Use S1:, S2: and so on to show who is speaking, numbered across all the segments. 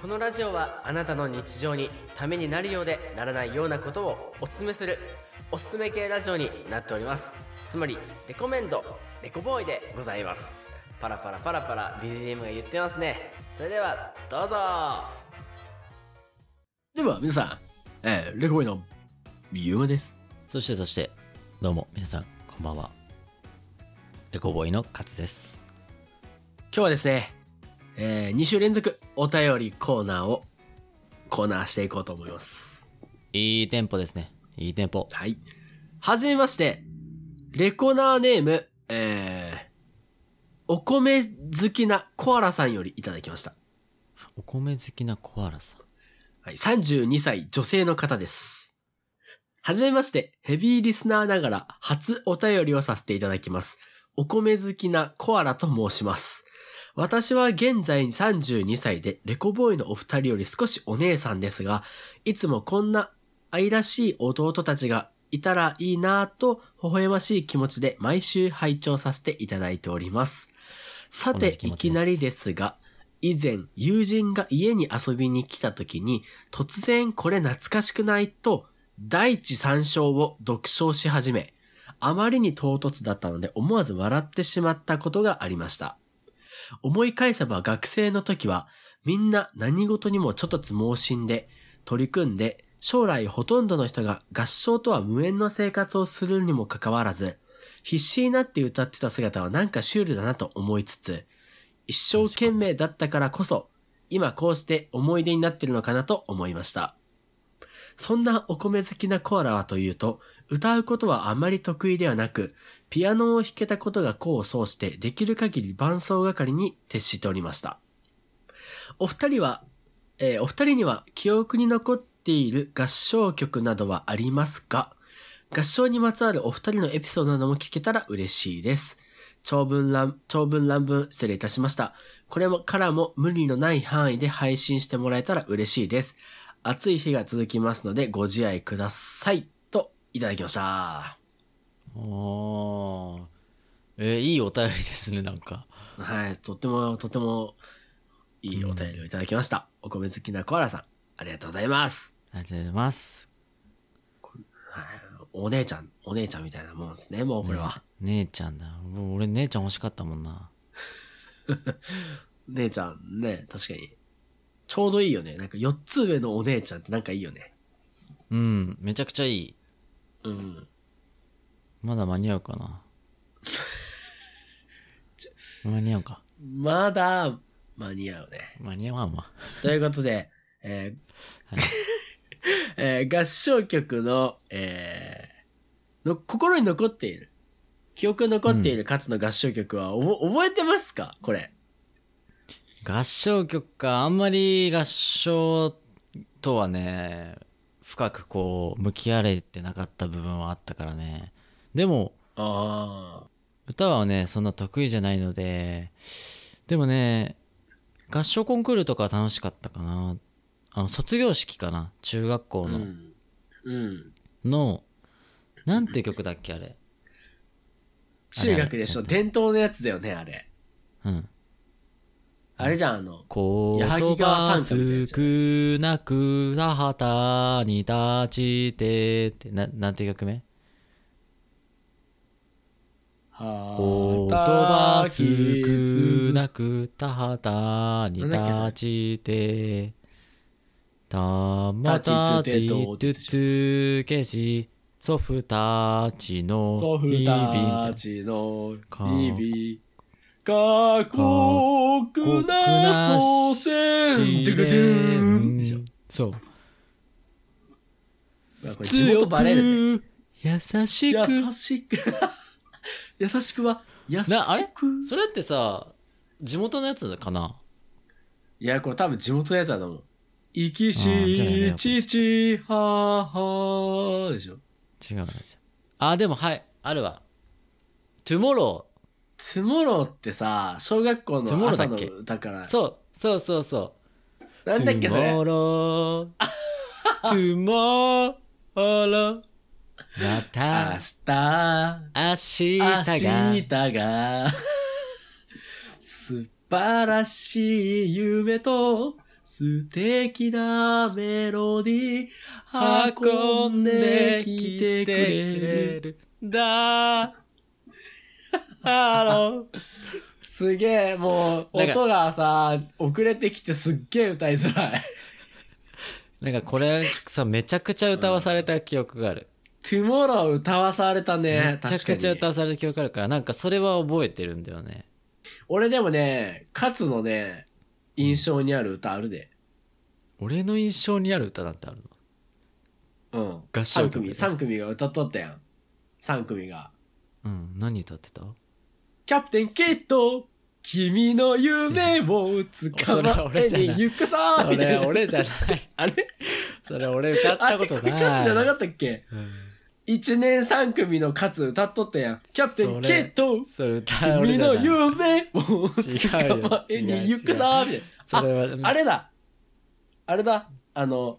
S1: このラジオはあなたの日常にためになるようでならないようなことをおすすめするおすすめ系ラジオになっておりますつまりレコメンドレコボーイでございますパラパラパラパラ BGM が言ってますねそれではどうぞ
S2: では皆さん、えー、レコボイのゆうまです。
S3: そしてそして、どうも皆さん、こんばんは。レコボーイの勝です。
S2: 今日はですね、え2週連続お便りコーナーをコーナーしていこうと思います。
S3: いいテンポですね。いいテンポ。
S2: はい。はじめまして、レコナーネーム、えー、お米好きなコアラさんよりいただきました。
S3: お米好きなコアラさん。
S2: はい、32歳女性の方です。はじめまして、ヘビーリスナーながら初お便りをさせていただきます。お米好きなコアラと申します。私は現在32歳で、レコボーイのお二人より少しお姉さんですが、いつもこんな愛らしい弟たちがいたらいいなぁと、微笑ましい気持ちで毎週拝聴させていただいております。さて、
S3: 同じ気持ち
S2: いき
S3: です
S2: なりですが、以前、友人が家に遊びに来た時に、突然これ懐かしくないと、第地三章を読唱し始め、あまりに唐突だったので思わず笑ってしまったことがありました。思い返せば学生の時は、みんな何事にもちょっとつ盲信で、取り組んで、将来ほとんどの人が合唱とは無縁の生活をするにもかかわらず、必死になって歌ってた姿はなんかシュールだなと思いつつ、一生懸命だったからこそ、今こうして思い出になってるのかなと思いました。そんなお米好きなコアラはというと、歌うことはあまり得意ではなく、ピアノを弾けたことが功を奏して、できる限り伴奏係に徹しておりました。お二人は、えーお二人には記憶に残っている合唱曲などはありますか合唱にまつわるお二人のエピソードなども聞けたら嬉しいです。長文乱、長文乱文失礼いたしました。これもからも無理のない範囲で配信してもらえたら嬉しいです。暑い日が続きますのでご自愛ください。と、いただきました。
S3: おー。えーいいお便りですね、なんか。
S2: はい、とってもとてもいいお便りをいただきました。お米好きなコアラさん、ありがとうございます。
S3: ありがとうございます。
S2: はい、お姉ちゃん、お姉ちゃんみたいなもんですね、もうこれは。
S3: 姉ちゃんだ。もう俺姉ちゃん欲しかったもんな。
S2: 姉ちゃんね、確かに。ちょうどいいよね。なんか4つ上のお姉ちゃんってなんかいいよね。
S3: うん、めちゃくちゃいい。
S2: うん。
S3: まだ間に合うか な。間に合うか。
S2: まだ間に合うね。
S3: 間に合わんわ。
S2: ということで、えー えー合唱曲の、えーの心に残っている、記憶に残っている勝の合唱曲は、おぼ覚えてますかこれ。
S3: 合唱曲かあんまり合唱とはね深くこう向き合えてなかった部分はあったからねでも
S2: あ
S3: 歌はねそんな得意じゃないのででもね合唱コンクールとかは楽しかったかなあの卒業式かな中学
S2: あ。
S3: 校
S2: う
S3: の、
S2: ん。うん。
S3: のなんて曲だっけあれ
S2: 中学でしょ。伝統のやつだよね、あれ。
S3: うん
S2: あれじゃん、あの、
S3: 言
S2: 矢作川
S3: 葉
S2: 三角みたいなやつ
S3: 少なく田畑に立ちてってななんていう曲名言葉少なく田畑に立ちてたまたてつつけし祖父たちの
S2: ソフ
S3: 日
S2: た
S3: 々
S2: ちの日
S3: 日
S2: 々、過酷な祖先、ドゥクドゥンでしょ。
S3: そう
S2: まあこれ地
S3: 強
S2: 元バレるね。
S3: く優しく
S2: 優しく 優しくは優しく
S3: なあれそれってさ地元のやつかない
S2: やこれ多分地元のやつだと思う「生き
S3: あーじゃあやめよ
S2: し
S3: う
S2: 父母」でしょ
S3: 違うなあでもはいあるわ「Tomorrow
S2: 「つもろ」ってさ小学校
S3: つも
S2: の
S3: ろだ
S2: 朝の
S3: っけ
S2: 歌から」
S3: そうそうそうそう
S2: なんだっけそれ
S3: Tomorrow Tomorrow ま
S2: 明
S3: た
S2: 日
S3: 明日
S2: 明
S3: が
S2: 日 が素晴らしい夢と素敵なメロディー運んできてくれる。
S3: る。 だハロー。
S2: すげえ、もう、
S3: なんか
S2: 音がさ、遅れてきてすっげえ歌いづらい。
S3: なんかこれさ、めちゃくちゃ歌わされた記憶がある。
S2: トゥモロー歌わされたね
S3: め。ちゃくち
S2: 確か
S3: ゃ歌
S2: に
S3: わされた記憶があるから、なんかそれは覚えてるんだよね。
S2: 俺でもね、勝のね、印象にある歌あるで。
S3: 俺の印象にある歌なんてある
S2: う
S3: の
S2: ん。
S3: 合唱
S2: 3
S3: 曲で
S2: 組、三組が歌っとったやん。3組が。
S3: うん、何歌ってた
S2: キャプテンケイト、君の夢をつかまえに行くさーみ たいな。
S3: 俺じゃない。
S2: あれ
S3: それ俺歌っ
S2: あ
S3: た
S2: れ
S3: こ
S2: ことれ
S3: ない。
S2: 勝じゃなかったっけ
S3: うん
S2: 一年三組の勝歌っとったやん。キャプテンケイト、
S3: それ歌俺
S2: 君
S3: じゃ
S2: の
S3: ない。
S2: 夢を
S3: 違うよ
S2: 捕まえに行くさーみた
S3: そ
S2: いな。
S3: れは
S2: あ、あれだあれだあの、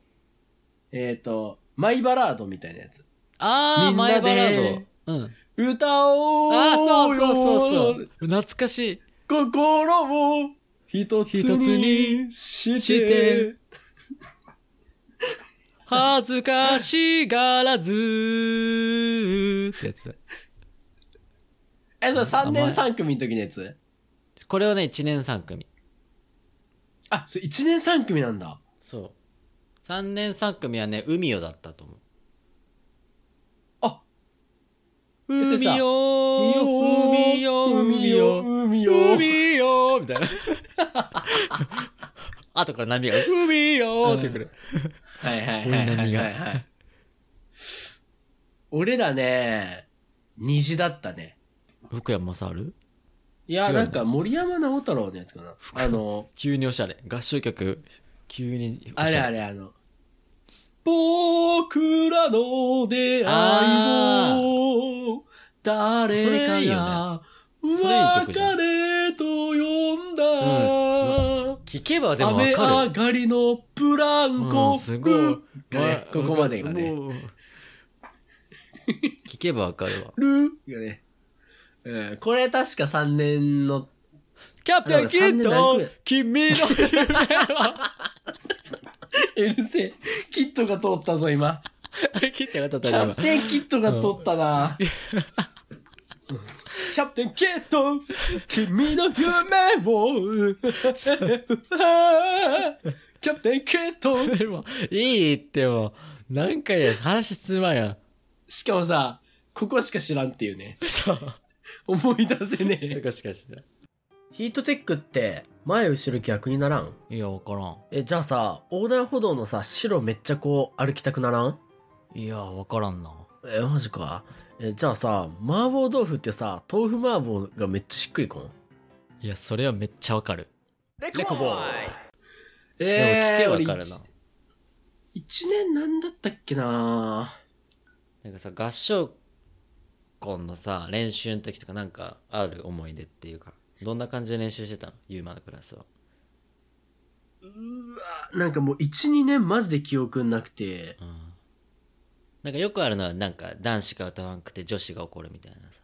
S2: えっ、と、マイバラードみたいなやつ。み
S3: あー、
S2: んな
S3: マイ
S2: で
S3: バラード。うん。
S2: 歌おうよ
S3: あー、そうそうそうそう。懐かしい。
S2: 心を一つにして
S3: して恥ずかしがらずーってやつだ。
S2: え、それ3年3組の時のやつ
S3: これはね、1年3組。
S2: あ、それ1年3組なんだ。
S3: そう。3年3組はね、海よだったと思う。
S2: あ
S3: 海よー海よー海
S2: 海よ
S3: よー
S2: 海よ
S3: 海よーみたいな。 あとから波が、海よーってくる。
S2: はいはいはいはいはい、はい。俺らね、虹だったね。
S3: 福山雅治
S2: い
S3: 違
S2: や、
S3: うの
S2: なんか森山直太朗のやつかな。あの、
S3: 急におしゃれ。合唱曲、急におしゃ
S2: あれあれあの、僕らの出会いを、誰
S3: それいいよ
S2: かが、
S3: それいい曲じゃん
S2: 別れと呼んだ、
S3: 聞けばでもわ
S2: 雨
S3: か
S2: 上
S3: る。
S2: がりのブランコ、
S3: うん、すごい。
S2: がねここまでがね
S3: もう。聞けばわかるわ。
S2: ルーがね。うん、これ確か3年の、
S3: キャプテンキッド
S2: あでも
S3: 君 の夢は
S2: うるせえ、キットが通ったぞ、今。
S3: キッドが当た
S2: キ
S3: ったね
S2: ャプテンキットが取ったな。キャプテンキット、君の夢を。キャプテンキット。
S3: 今でもいいってもう何回や話進まんや ん
S2: しかもさ、ここしか知らんっていうね。
S3: そう
S2: 思い出せねえ。
S3: かしかしな
S1: ヒートテックって前後ろ逆にならん
S3: いいや分からん
S1: えじゃあさ横断歩道のさ白めっちゃこう歩きたくならん
S3: いや分からんな
S1: えマジかえじゃあさ麻婆豆腐ってさ豆腐麻婆がめっちゃしっくりこん
S3: いやそれはめっちゃ分かる
S1: レ
S3: コボーイでも
S2: え
S3: 聞
S2: え
S3: けば
S2: 俺
S3: 分かるな、
S2: 一一年なんだったっけな
S3: なんかさ合唱コンのさ練習の時とかなんかある思い出っていうかどんな感じで練習してたのユーマのクラスは
S2: なんかもう一二年マジで記憶なくて。
S3: なんかよくあるのはなんか男子が歌わんくて女子が怒るみたいなさ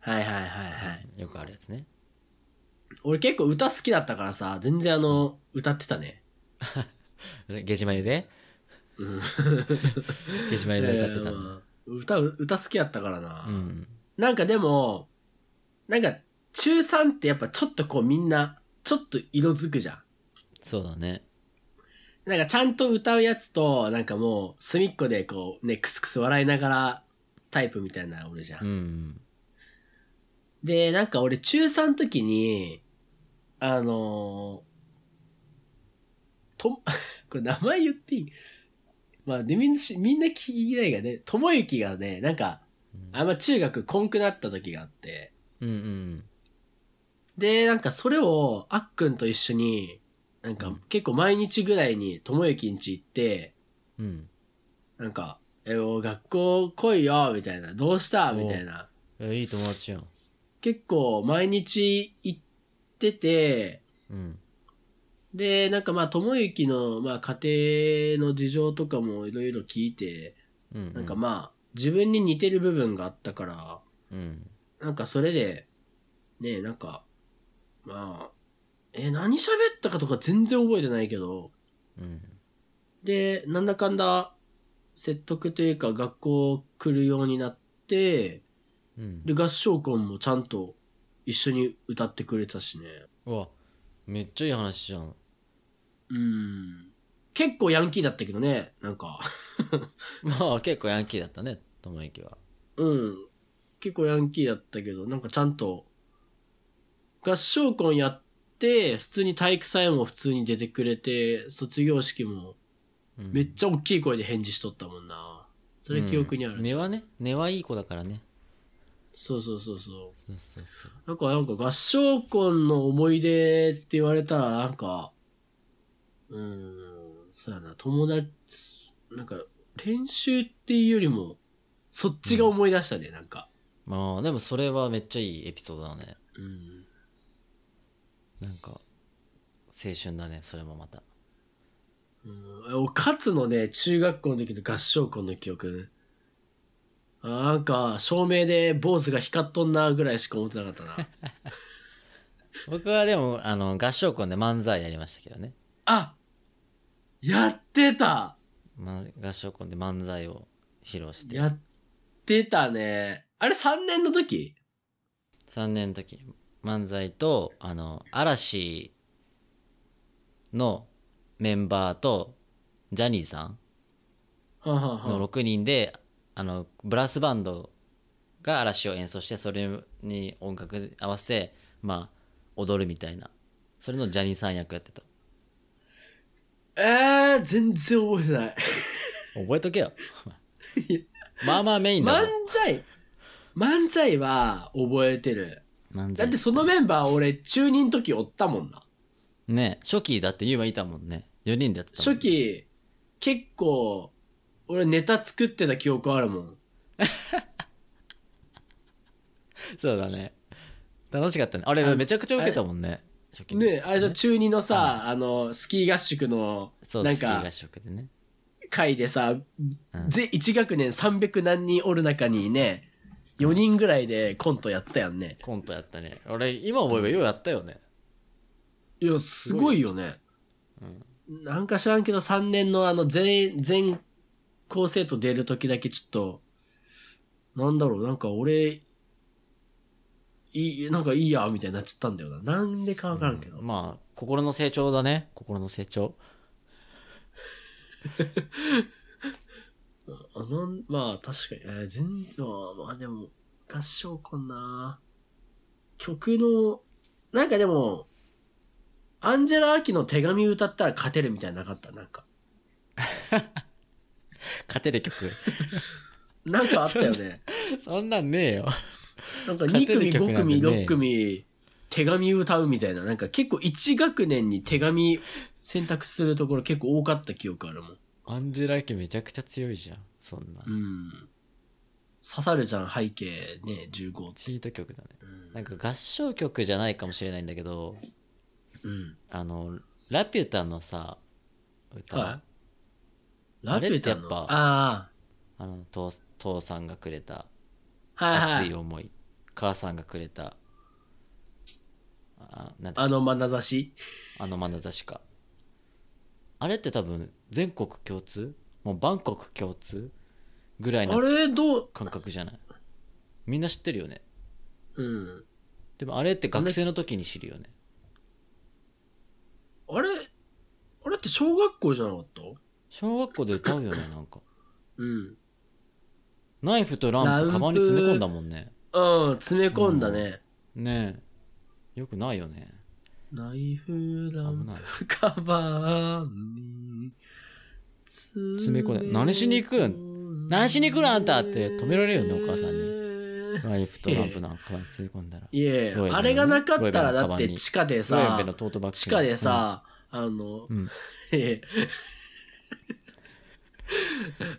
S2: はいはいはいはい。
S3: よくあるやつね
S2: 俺結構歌好きだったからさ、全然あの、歌ってたね。
S3: ゲジマユで
S2: うん。
S3: ゲジマユで歌ってたんだ、
S2: えーまあ歌う歌好きやったからな、
S3: うん
S2: なんかでもなんか中3ってやっぱちょっとこうみんなちょっと色づくじゃん
S3: そうだね
S2: なんかちゃんと歌うやつとなんかもう隅っこでこうねクスクス笑いながらタイプみたいなのおるじゃん、
S3: うん
S2: でなんか俺中3の時にあのーと これ名前言っていいまあでみんなしみんな聞きないがね友之がねなんか
S3: うん
S2: あんま中学こんくなった時があって
S3: うんうん
S2: で、なんかそれを、あっくんと一緒に、なん
S3: う
S2: か
S3: ん
S2: 結構毎日ぐらいに、ともゆきんち行って、
S3: うん
S2: なんか、え、お学校来いよ、みたいな、どうしたみたいな。
S3: えいい友達やん
S2: 結構毎日行ってて、
S3: うん
S2: で、なんかまあ、ともゆきの、まあ、家庭の事情とかもいろいろ聞いて、
S3: うんうん
S2: なんかまあ、自分に似てる部分があったから、
S3: うん
S2: なんかそれで、ね、なんか、まあ、え、何喋ったかとか全然覚えてないけど、
S3: うん。
S2: で、なんだかんだ説得というか学校来るようになって、
S3: うん。
S2: で、合唱コンもちゃんと一緒に歌ってくれたしね。
S3: うわ、めっちゃいい話じゃん。
S2: うん。結構ヤンキーだったけどね、なんか。
S3: まあ結構ヤンキーだったね、友之は。
S2: うん。結構ヤンキーだったけど、なんかちゃんと、合唱コンやって、普通に体育祭も普通に出てくれて、卒業式も
S3: うん
S2: めっちゃ大きい声で返事しとったもんな。それ記憶にある。
S3: うん根はね、根はいい子だからね。
S2: そうそうそうそう。
S3: そうそうそう。
S2: なんか、なんか合唱コンの思い出って言われたら、なんか、うーん、そうやな、友達、なんか、練習っていうよりも、そっちが思い出したね、なんか。
S3: まあでもそれはめっちゃいいエピソードだね。
S2: うん。
S3: なんか、青春だね、それもまた。
S2: うん、おかつのね、中学校の時の合唱コンの記憶。あなんか、照明で坊主が光っとんなぐらいしか思ってなかったな。
S3: 僕はでも、あの、合唱コンで漫才やりましたけどね。
S2: あやってた
S3: ま、合唱コンで漫才を披露して。
S2: やってたね。あれ3年の時
S3: 3年の時漫才とあの嵐のメンバーとジャニーさん
S2: はあはあはあ
S3: の6人であのブラスバンドが嵐を演奏してそれに音楽に合わせてまあ踊るみたいなそれのジャニーさん役やってた
S2: えー、全然覚えてない。
S3: 覚え とけよまあまあメインだ
S2: 漫
S3: も
S2: 才、漫才は覚えてる。
S3: ん漫
S2: だ
S3: 才
S2: ってそのメンバー俺中2の時おったもんな。
S3: ね初期だって言えばいたもんね4人でやってたもん
S2: 初期、結構、俺ネタ作ってた記憶あるもん。
S3: そうだね楽しかったねあれ
S2: あの
S3: めちゃくちゃ受けたもんね初期
S2: ねあれじゃ中2のさ、あの、スキー合宿の、
S3: そう、
S2: なん
S3: スキー
S2: か
S3: 合、宿でね。
S2: 会でさ、
S3: うん
S2: ぜ1学年300何人おる中にね、4人ぐらいでコントやったやんね。
S3: コントやったね。俺、今思えばようやったよね。
S2: いや、すごいよね。なんか知らんけど、3年のあの、全、全校生徒出る時だけちょっと、なんだろう、なんか俺、いい、なんかいいや、みたいになっちゃったんだよな。なんでかわからんけど。
S3: まあ、心の成長だね。心の成長。
S2: あなんまあ、確かに、えー全然、まあでも、合唱コンな曲の、なんかでも、アンジェラ・アキの手紙歌ったら勝てるみたいなのなかったなんか。
S3: 勝てる 曲。
S2: なんかあったよね。
S3: そんなんねえよ。
S2: なんか
S3: 勝
S2: 2
S3: てる
S2: 組、
S3: 曲
S2: 5
S3: なんてね
S2: 組、6組、手紙歌うみたいな、なんか結構1学年に手紙選択するところ結構多かった記憶あるもん。
S3: アンジェラ家めちゃくちゃ強いじゃん。そんな
S2: う。ん。刺さるじゃん、背景ね、15って。
S3: チート曲だね。なんか合唱曲じゃないかもしれないんだけど、
S2: うん。
S3: あの、ラピュタのさ、歌、
S2: はい。ラピュタの。
S3: あれってやっぱ
S2: あ
S3: あの父、父さんがくれた
S2: あ。はいは
S3: 熱い
S2: い。
S3: 思い、母さんがくれた、あなんだ
S2: あの眼差し。
S3: あの眼差しか。あれって多分全国共通もうバンコク共通ぐらい
S2: あ
S3: の
S2: れ、どう、
S3: 感覚じゃないみんな知ってるよね。
S2: うん。
S3: でもあれって学生の時に知るよね。
S2: あれ、あれって小学校じゃなかった
S3: 小学校で歌うよね、なんか。
S2: うん。
S3: ナイフとランプカバンに詰め込んだもんね。
S2: うん、詰め込んだね。
S3: ねえ。よくないよね。
S2: ナイフラン
S3: 危ない。
S2: プカバンに詰
S3: め込んで何しに行くん何しに行くのあんたって止められるよねお母さん
S2: に
S3: ナイフとランプのカバンに詰め込んだら。
S2: いえ
S3: ロエベの
S2: あれがなかったら
S3: ロエベの
S2: だ
S3: カバ
S2: っ
S3: ンに
S2: て地下で
S3: ロエベ
S2: さ
S3: のトートバッグ。
S2: 地下でさ、あの、
S3: うん。うん。
S2: ええ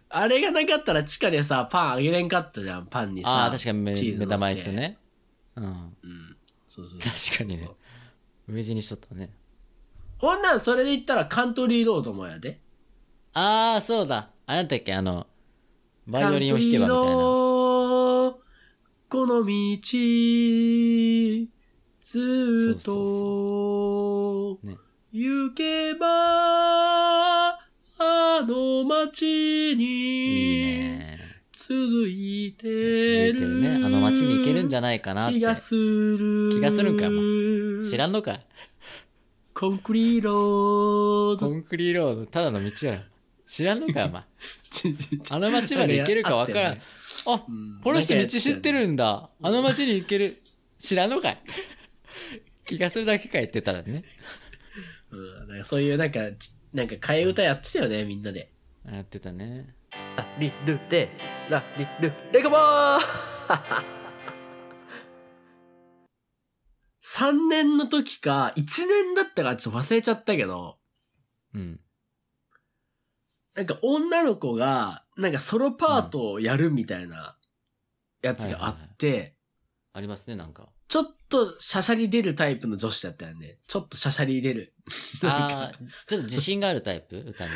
S2: あれがなかったら地下でさパンあげれんかったじゃんパンにさ
S3: ああ、確かに目
S2: チーズ
S3: 目
S2: のせ
S3: 玉焼きとね。うん。
S2: うんそうそうそう
S3: 確かにね
S2: そう。
S3: 飢え死にしとったね。
S2: ほんなんそれで言ったらカントリーロードもやで
S3: ああ、そうだ。あなたっけ、あの、バイオリンを弾けばみたいな。
S2: この道、ずーっ
S3: そうそう
S2: と
S3: ね
S2: 行けばあの街
S3: いい
S2: に
S3: ね。
S2: 続いてる
S3: 続いてるね。あの街に行けるんじゃないかなって。
S2: 気がする
S3: 気がするんかよも知ら
S2: ん
S3: んのか。
S2: コンクリーロー
S3: コ
S2: ド
S3: ンクリートロード、ただの道やろ。知らんの か、お前。
S2: ちちち
S3: あの街まで行けるかわから
S2: あ
S3: ん。
S2: れあ
S3: あ
S2: っうん
S3: この人道知ってるんだ。あの街に行ける。知らんのかい。気がするだけか言ってたらね。
S2: うんなんかそういうなんかちなんか替え歌やってたよねみんなで
S3: やってたね。
S1: ラリルでラリルレゴボ ー
S2: 3年の時か1年だったかちょっと忘れちゃったけど
S3: うん。
S2: なんか女の子が、なんかソロパートをやるみたいなやつがあって、
S3: ありますね、なんか。
S2: ちょっとシャシャリ出るタイプの女子だったよね。ちょっとシャシャリ出る。
S3: ああ、ちょっと自信があるタイプ歌に。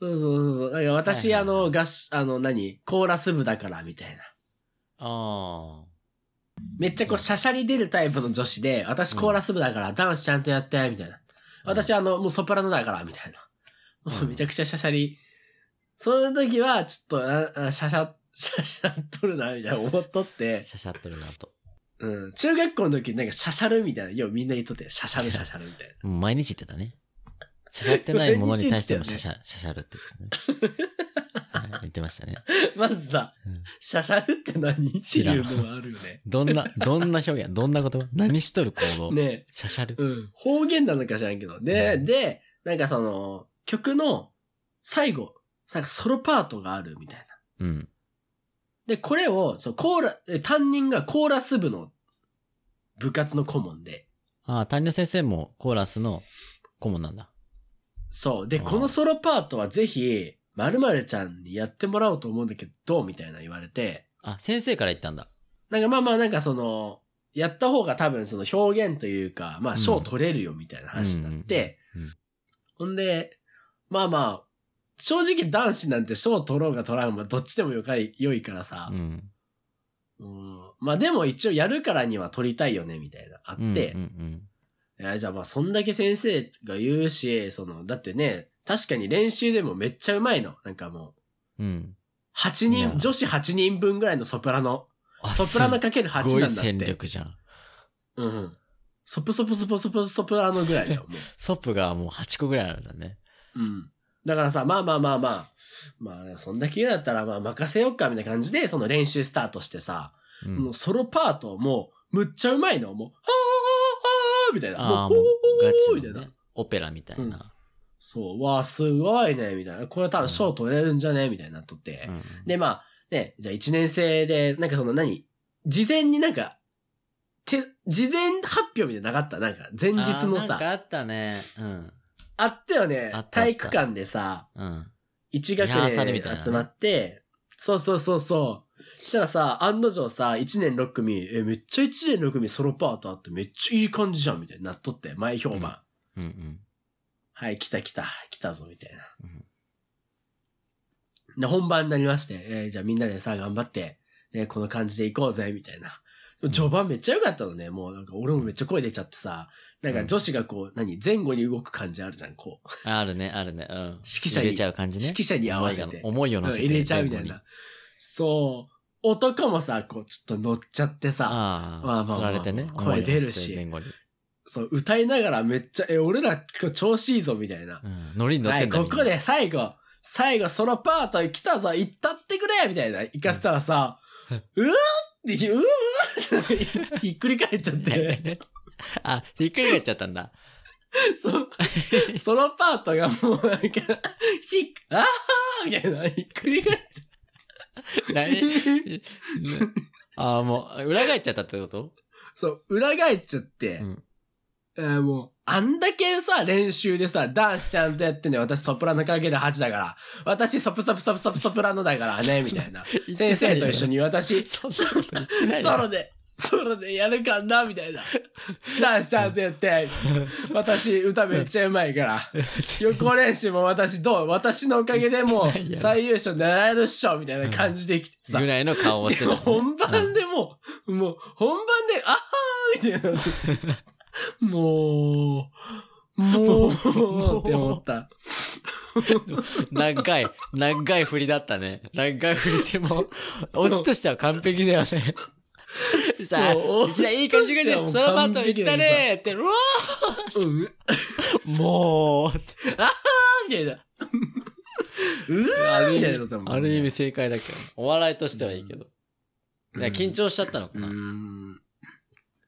S2: そうそうそうそう。なんか私、
S3: はいはいはい
S2: あの、合唱、あの、何コーラス部だからみたいな。
S3: ああ。
S2: めっちゃこう、シャシャリ出るタイプの女子で、私コーラス部だからダンスちゃんとやって、みたいな。私、あの、もうソプラノだから、みたいな。もう
S3: うん
S2: めちゃくちゃシャシャリ。その時は、ちょっと、ああシャシ ャ、シャシャっとるな、みたいな思っとって。
S3: シャシャっとるなと。
S2: うん。中学校の時なんかシャシャルみたいな。ようみんな言っとって、シャシャルシャシャルみたいな。
S3: もう毎日言ってたね。シャシャってないものに対してもシ
S2: 毎
S3: ャ
S2: 日
S3: シャ、シャシャルって言ってたね。はい言ってましたね。
S2: まずさ、
S3: うん
S2: シャシャルって何って
S3: 知ら
S2: い
S3: ん
S2: うのもあるよ ね。
S3: どんな、どんな表現どんな言葉何しとる行動
S2: ね
S3: シャシャル
S2: え。うん。方言なのか知らんけど。で、
S3: うん
S2: で、なんかその、曲の最後、なんかソロパートがあるみたいな。
S3: うん。
S2: で、これを、そう、コーラ、え担任がコーラス部の部活の顧問で、
S3: ああ、谷野先生もコーラスの顧問なんだ。
S2: そう。で、
S3: うん
S2: このソロパートはぜひ、〇〇ちゃんにやってもらおうと思うんだけど、どうみたいな言われて、
S3: あ、先生から言ったんだ。
S2: なんかまあまあなんかその、やった方が多分その表現というか、まあ賞取れるよみたいな話になって
S3: うんうんうんうん、
S2: ほんで、まあまあ、正直男子なんて賞取ろうが取らんがどっちでもよかい、良いからさ
S3: う、ん。
S2: うんまあでも一応やるからには取りたいよねみたいな、あって、
S3: うんうん
S2: いやじゃあまあそんだけ先生が言うし、その、だってね、確かに練習でもめっちゃうまいの。なんかも
S3: うん。うん。
S2: う、8
S3: いや
S2: 人、女子8人分ぐらいのソプラノ。
S3: あ
S2: ソプラノかける
S3: す
S2: 8
S3: ご
S2: ないんだっ
S3: 戦
S2: て。
S3: 力じゃん。
S2: うん。ソプソプソプソプソプラノぐらいだよ、も
S3: ソップがもう8個ぐらいあるんだね。
S2: う。うん。だからさ、まあまあまあまあ、まあ、そんだけ言うんだったら、まあ任せよっか、みたいな感じで、その練習スタートしてさ、
S3: うん
S2: もうソロパートも、むっちゃうまいの、もう、あーあーあーみたいな。
S3: ああ、
S2: も
S3: も
S2: う
S3: う、ガ
S2: ほーみ
S3: チ
S2: たい
S3: の
S2: な
S3: ね。。オペラみたいな。
S2: そう、わあ、すごいね、みたいな。これ多分賞取れるんじゃねみたいになっとって。
S3: うん
S2: で、まあ、ね、じゃあ1年生で、なんかその何事前になんか、て、事前発表みたいなのなかったなんか、前日の
S3: あーなん
S2: さ、
S3: か
S2: あ
S3: あったね。うん。
S2: ったよね
S3: あったあっ。た
S2: 体育館でさ、
S3: うん。
S2: 1
S3: リハーサルみ
S2: 学
S3: た
S2: 年
S3: いなね
S2: 集まって、そうそうそうそう。したらさ、案の定さ、1年6組、え、めっちゃ1年6組ソロパートあってめっちゃいい感じじゃん、みたいになっとって、前評判。
S3: うんうんうん。
S2: はい、来た来た、来たぞ、みたいな。
S3: うん
S2: で、本番になりまして、えーじゃあみんなでさ、頑張って、ね、この感じで行こうぜ、みたいな。でも序盤めっちゃ良かったのね。もうなんか俺もめっちゃ声出ちゃってさ、なんか女子がこう、何、前後に動く感じあるじゃん、こう。
S3: あるね、あるね。うん。指
S2: 揮者に
S3: 入れちゃう感じね。
S2: 指揮者に合わせて
S3: 思いを
S2: うん
S3: 乗せて。
S2: 入れちゃうみたい
S3: 前後に
S2: な。。そう。男もさ、こう、ちょっと乗っちゃってさ、
S3: あ
S2: まあまあ
S3: あ、
S2: まあ
S3: つられてね。
S2: 声出るし
S3: 思いを乗せて前後に
S2: そう、歌いながらめっちゃ、え、俺ら今日調子いいぞ、みたいな。
S3: うん。ノリに乗っ
S2: は
S3: て
S2: い、
S3: んだ
S2: ここ。で最後、最後ソロパート来たぞ、行ったってくれみたいな、行かせたらさ、うーって、うーうーって ひっくり返っちゃっ
S3: みん な
S2: て、
S3: あ、ひっくり返っちゃったんだ。
S2: そう、ソロパートがもうなんか、ひっ、あはーみたいな、ひっくり返っちゃっ
S3: 何
S2: て、
S3: ああ、もう、裏返っちゃったってこと
S2: そう、裏返っちゃって、
S3: うん
S2: えーもう、あんだけさ、練習でさ、男子ちゃんとやってんのよ。私、ソプラノかける8だから。私、ソプソプソプソプソプラノだからね、みた いな。先生と一緒
S3: に。
S2: に私、
S3: そうそうそう。
S2: ソロで、ソロでやるかなみたいな。ダンスちゃんとやって、私歌めっちゃうまいから、予行練習も私どう私のおかげでも
S3: いや
S2: う最優勝狙えるっしょみたいな 感じできてさ
S3: ぐ。らいの顔をして
S2: で
S3: た
S2: も
S3: もんね。
S2: 本番でもう、もう本番で、あはいね。もう、もう、
S3: もう
S2: って思った。
S3: 長い、長い振りだったね。長い振りで も、オチとしては完璧だよね。さあ、
S2: そう
S3: いきなりいい感じがね、
S2: オチとして
S3: そ
S2: は
S3: の
S2: もう
S3: パート行ったねーって、うわ
S2: うん、み
S3: ーもう、
S2: たいな。うわーみたいなことだもんね
S3: ある意味正解だけど。お笑いとしてはいいけど。
S2: うん
S3: いや緊張しちゃったのか
S2: うー
S3: な。
S2: ん。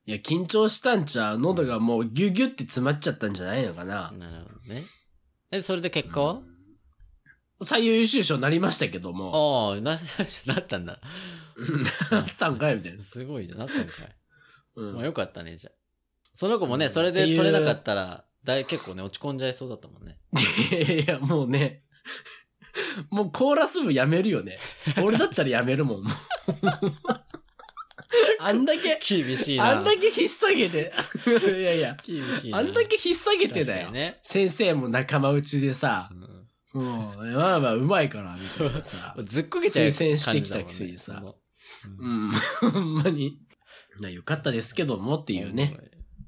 S2: いや、緊張したんちゃう喉がもうギュギュって詰まっちゃったんじゃないのかな。
S3: なるほどね。え、それで結果は
S2: うん最優秀賞になりましたけども。
S3: ああ、な、なったんだ。
S2: うん なったんかいみたいな。
S3: すごいじゃん、なったんかい。
S2: うん
S3: まあよかったね、じゃあ。その子もね、
S2: うん
S3: それで
S2: っていう
S3: 取れなかったら、だい結構ね、落ち込んじゃいそうだったもんね。
S2: いやいや、もうね。もうコーラス部やめるよね。俺だったらやめるもん。もうあんだけ、
S3: 厳 しいな。
S2: あんだけ引っ提げて。いやいや、
S3: 厳しいな。
S2: あんだけ引っ提げてだ
S3: 確か
S2: よ
S3: に。ね。
S2: 先生も仲間内でさ
S3: う、ん
S2: もう、まあまあ、うまいから、みたいな さ。
S3: ずっこけちゃう
S2: 推薦してきた
S3: 感
S2: く
S3: じだ
S2: せ
S3: も
S2: にさ
S3: んねその
S2: う
S3: うん
S2: ん、
S3: っ
S2: ほんまに。なよかったですけどもって
S3: て
S2: いうね、。
S3: ね、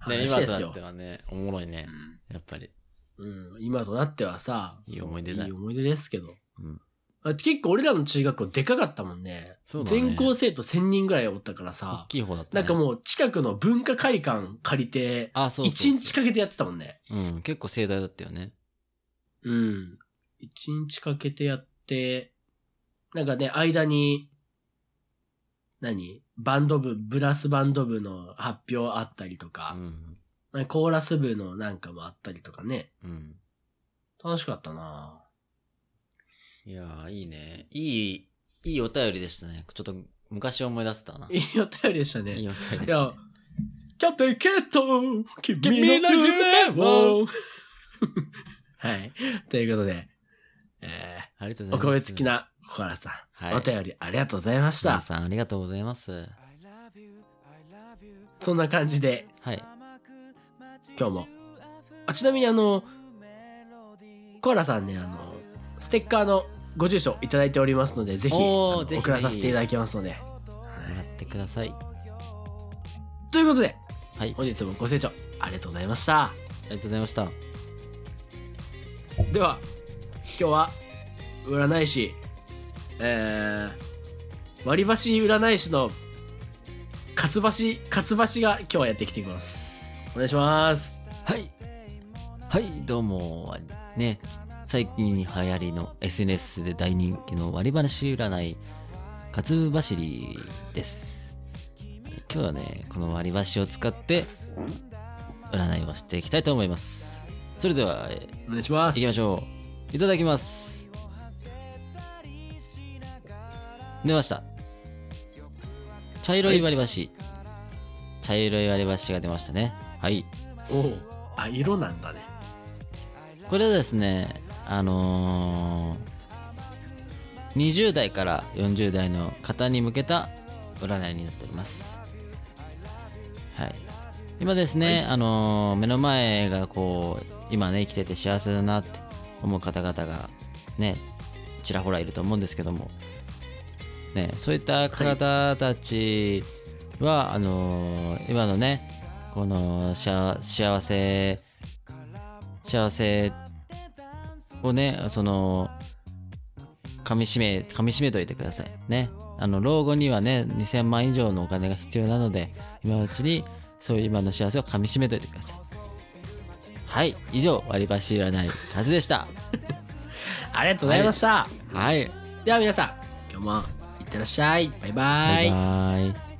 S2: 話
S3: 今
S2: です
S3: となっ
S2: よ
S3: て。はね、おもろいね。やっぱり。
S2: うん、今となってはさ、
S3: いい思い出だ
S2: いい思い出ですけど。
S3: うん
S2: だって結構俺らの中学校でかかったもんね。
S3: そうだね
S2: 全校生徒1000人ぐらいおったから
S3: 大
S2: さ、
S3: きい方だったね。
S2: なんかもう近くの文化会館借りて、
S3: あ、そうそう。
S2: 1日かけてやってたもんね。
S3: うん、結構盛大だったよね。
S2: うん。1日かけてやって、なんかね、間に、何バンド部、ブラスバンド部の発表あったりとか
S3: う、ん。
S2: なんかコーラス部のなんかもあったりとかね。
S3: うん。
S2: 楽しかったない
S3: やー、いいね。いい、いいお便りでしたね。ちょっと昔思い出せたな。
S2: ぁいいお便りでしたね。
S3: いいお便りでし
S2: い
S3: た
S2: や
S3: ね。、
S2: キャペケット君
S3: 君
S2: の
S3: の
S2: 夢
S3: 夢
S2: を
S3: を
S2: はい。ということで、え
S3: ありがとう
S2: ー、お
S3: ござ
S2: 米
S3: います。
S2: 付き。な小原さん、
S3: はい
S2: お便りありがとうございまし
S3: 皆
S2: た。
S3: さん、ありがとうございます。
S2: そんな感じで、
S3: はい。
S2: 今日も。あ、ちなみにあの、小原さんね、あの、ステッカーのご住所いただいておりますので、ぜひ、あの
S3: おーぜひぜひ
S2: 送らさせていただきますので。
S3: もらってください。あ
S2: ということで、
S3: はい
S2: 本日もご清聴ありがとうございました。
S3: りがとうございました。
S2: では今日は占い師えー、割り箸占い師の勝橋勝橋が今日はやってきていますお願いします
S3: はい。はい、どうも。ね、最近流行りの SNS で大人気の割り箸占い、かつばしりです。今日はね、この割り箸を使って、占いをしていきたいと思います。それでは、え
S2: お願いしま
S3: 行
S2: す
S3: きましょう。いただきます。出ました。茶色い割り箸。茶色い割り箸が出ましたね。はい。
S2: おおあ色なんだね
S3: これはですねあのー、20代から40代の方に向けた占いになっておりますはい今ですね、あのー目の前がこう今ね生きてて幸せだなって思う方々がねちらほらいると思うんですけどもねそういった方たちは、あのー今のねこのしゃ幸せ幸せをねその噛みしめ噛みしめといてくださいねあの老後にはね2000万以上のお金が必要なので今のうちにそういう今の幸せを噛みしめといてくださいはい以上割り箸占いカズでした
S2: ありがとうございました、
S3: はい
S2: では皆さん今日もいってらっしゃいバイバイ
S3: バイバイ